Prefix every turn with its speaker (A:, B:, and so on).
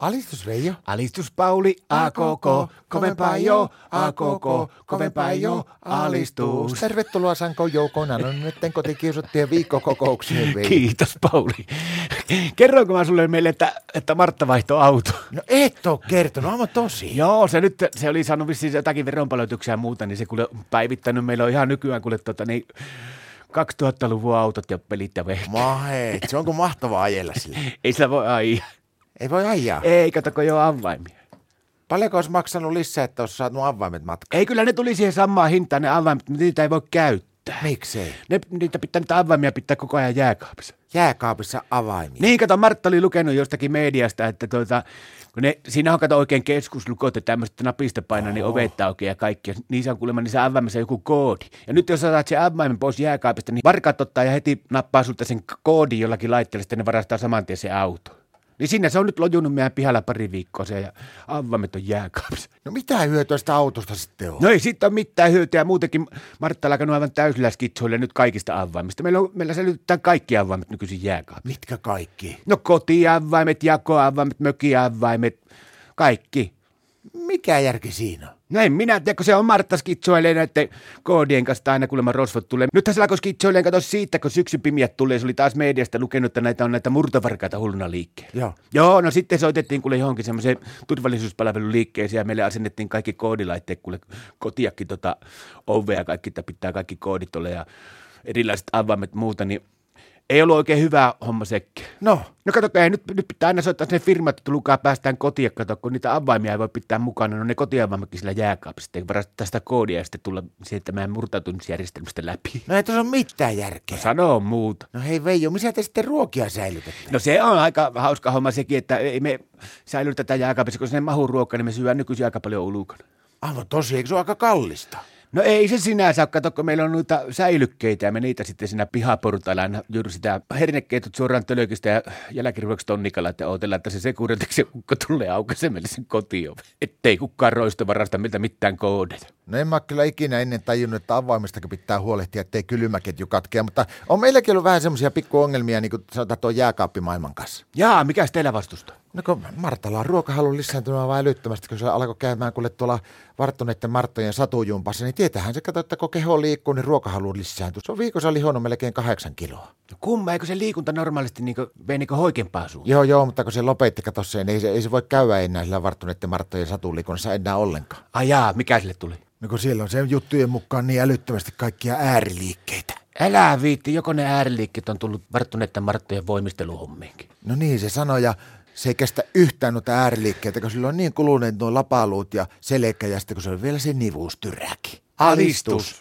A: Alistus Reijo.
B: Alistus Pauli, a koko, kovempaa jo, a koko, kovempaa jo, alistus.
A: Tervetuloa Sanko Joukona, no nyt kotikiusattujen viikkokokoukseen. Vei.
B: Kiitos Pauli. Kerroinko mä sulle meille, että, että Martta vaihtoi auto?
A: No et oo kertonut, aivan tosi.
B: Joo, se nyt, se oli saanut vissiin jotakin veronpalautuksia ja muuta, niin se kuule on päivittänyt. Meillä on ihan nykyään kuule tota, niin 2000-luvun autot ja pelit ja vehkeet.
A: Mahe, se onko mahtavaa ajella sillä?
B: Ei sillä voi ajaa.
A: Ei voi ajaa.
B: Ei, kato, kun ei ole avaimia.
A: Paljonko olisi maksanut lisää, että olisi saanut avaimet matkaan?
B: Ei, kyllä ne tuli siihen samaan hintaan ne avaimet, mutta niitä ei voi käyttää.
A: Miksei?
B: Ne, niitä pitää niitä avaimia pitää koko ajan jääkaapissa.
A: Jääkaapissa avaimia.
B: Niin, kato, Martta oli lukenut jostakin mediasta, että tuota, kun ne, siinä on kato oikein keskuslukot ja tämmöiset napista painaa, niin ovet auki ja kaikki. Ja niissä on kuulemma niissä avaimissa joku koodi. Ja nyt jos saat sen avaimen pois jääkaapista, niin varkaat ottaa ja heti nappaa sulta sen k- koodin jollakin laitteella, sitten ne varastaa saman tien se auto. Niin sinne se on nyt lojunut meidän pihalla pari viikkoa se ja avaimet on jääkaapissa.
A: No mitä hyötyä sitä autosta sitten on?
B: No ei siitä ole mitään hyötyä. Muutenkin Martta on alkanut aivan täysillä skitsoille nyt kaikista avaimista. Meillä, on, meillä säilytetään kaikki avaimet nykyisin jääkaapissa.
A: Mitkä kaikki?
B: No kotiavaimet, jakoavaimet, mökiavaimet, kaikki.
A: Mikä järki siinä on?
B: No en minä tiedä, kun se on Martta skitsoilee näiden koodien kanssa aina kuulemma rosvot tulee. Nyt tässä alkoi skitsoilee, kato siitä, kun syksyn pimiät tulee. Se oli taas mediasta lukenut, että näitä on näitä murtovarkaita hulluna liikkeellä.
A: Joo.
B: Joo, no sitten soitettiin kuule johonkin semmoiseen turvallisuuspalveluliikkeeseen ja meille asennettiin kaikki koodilaitteet kuule kotiakin tota ovea kaikki, että pitää kaikki koodit olla ja erilaiset avaimet muuta, niin ei ollut oikein hyvä homma sekin.
A: No,
B: No kato, kun ei, nyt, nyt pitää aina soittaa sinne firmat, että lukaa päästään kotiin, kato, kun niitä avaimia ei voi pitää mukana, no ne kotiavaimetkin sillä jääkaapissa, sitten varastaa sitä koodia ja sitten tulla siirtämään murtautumisjärjestelmästä läpi.
A: no ei tuossa ole mitään järkeä.
B: No sanoo muuta.
A: No hei Veijo, missä te sitten ruokia säilytätte?
B: No se on aika hauska homma sekin, että ei me säily tätä jääkaapissa, kun sinne mahu ruokaa, niin me syödään nykyisin aika paljon ulkona.
A: Aivan tosi, eikö se ole aika kallista?
B: No ei se sinänsä ole, kato, kun meillä on noita säilykkeitä ja me niitä sitten siinä pihaportailla aina juuri sitä hernekeitut suoraan tölökistä ja jälkiruoksi tonnikalla, että odotellaan, että se sekuriteksi ukko tulee aukaisemelle sen kotiin ettei kukaan roisto varasta miltä mitään koodeja.
A: No en mä ole kyllä ikinä ennen tajunnut, että avaimistakin pitää huolehtia, ettei kylmäketju katkea, mutta on meilläkin ollut vähän semmoisia pikkuongelmia, niin kuin sanotaan tuon jääkaappimaailman kanssa.
B: Jaa, mikäs teillä vastusta?
A: No kun Martalla on ruokahalu lisääntymään vain älyttömästi, kun se alkoi käymään kuule tuolla varttuneiden Marttojen satujumpassa, niin tietähän se kato, että kun keho liikkuu, niin ruokahalu lisääntyy. Se on viikossa lihonnut melkein kahdeksan kiloa.
B: No kumma, eikö se liikunta normaalisti niin vei niin hoikempaa suuntaan?
A: Joo, joo, mutta kun se lopetti, kato sen, ei se, ei se voi käydä enää sillä varttuneiden Marttojen satuliikunnassa enää ollenkaan.
B: Ai jaa, mikä sille tuli?
A: No kun siellä on sen juttujen mukaan niin älyttömästi kaikkia ääriliikkeitä.
B: Älä viitti, joko ne ääriliikkeet on tullut varttuneiden Marttojen voimisteluhommiinkin.
A: No niin, se sanoi ja se ei kestä yhtään noita ääriliikkeitä, koska sillä on niin kuluneet nuo lapaluut ja selkä ja sitten kun se on vielä se nivuustyräki.
B: Alistus.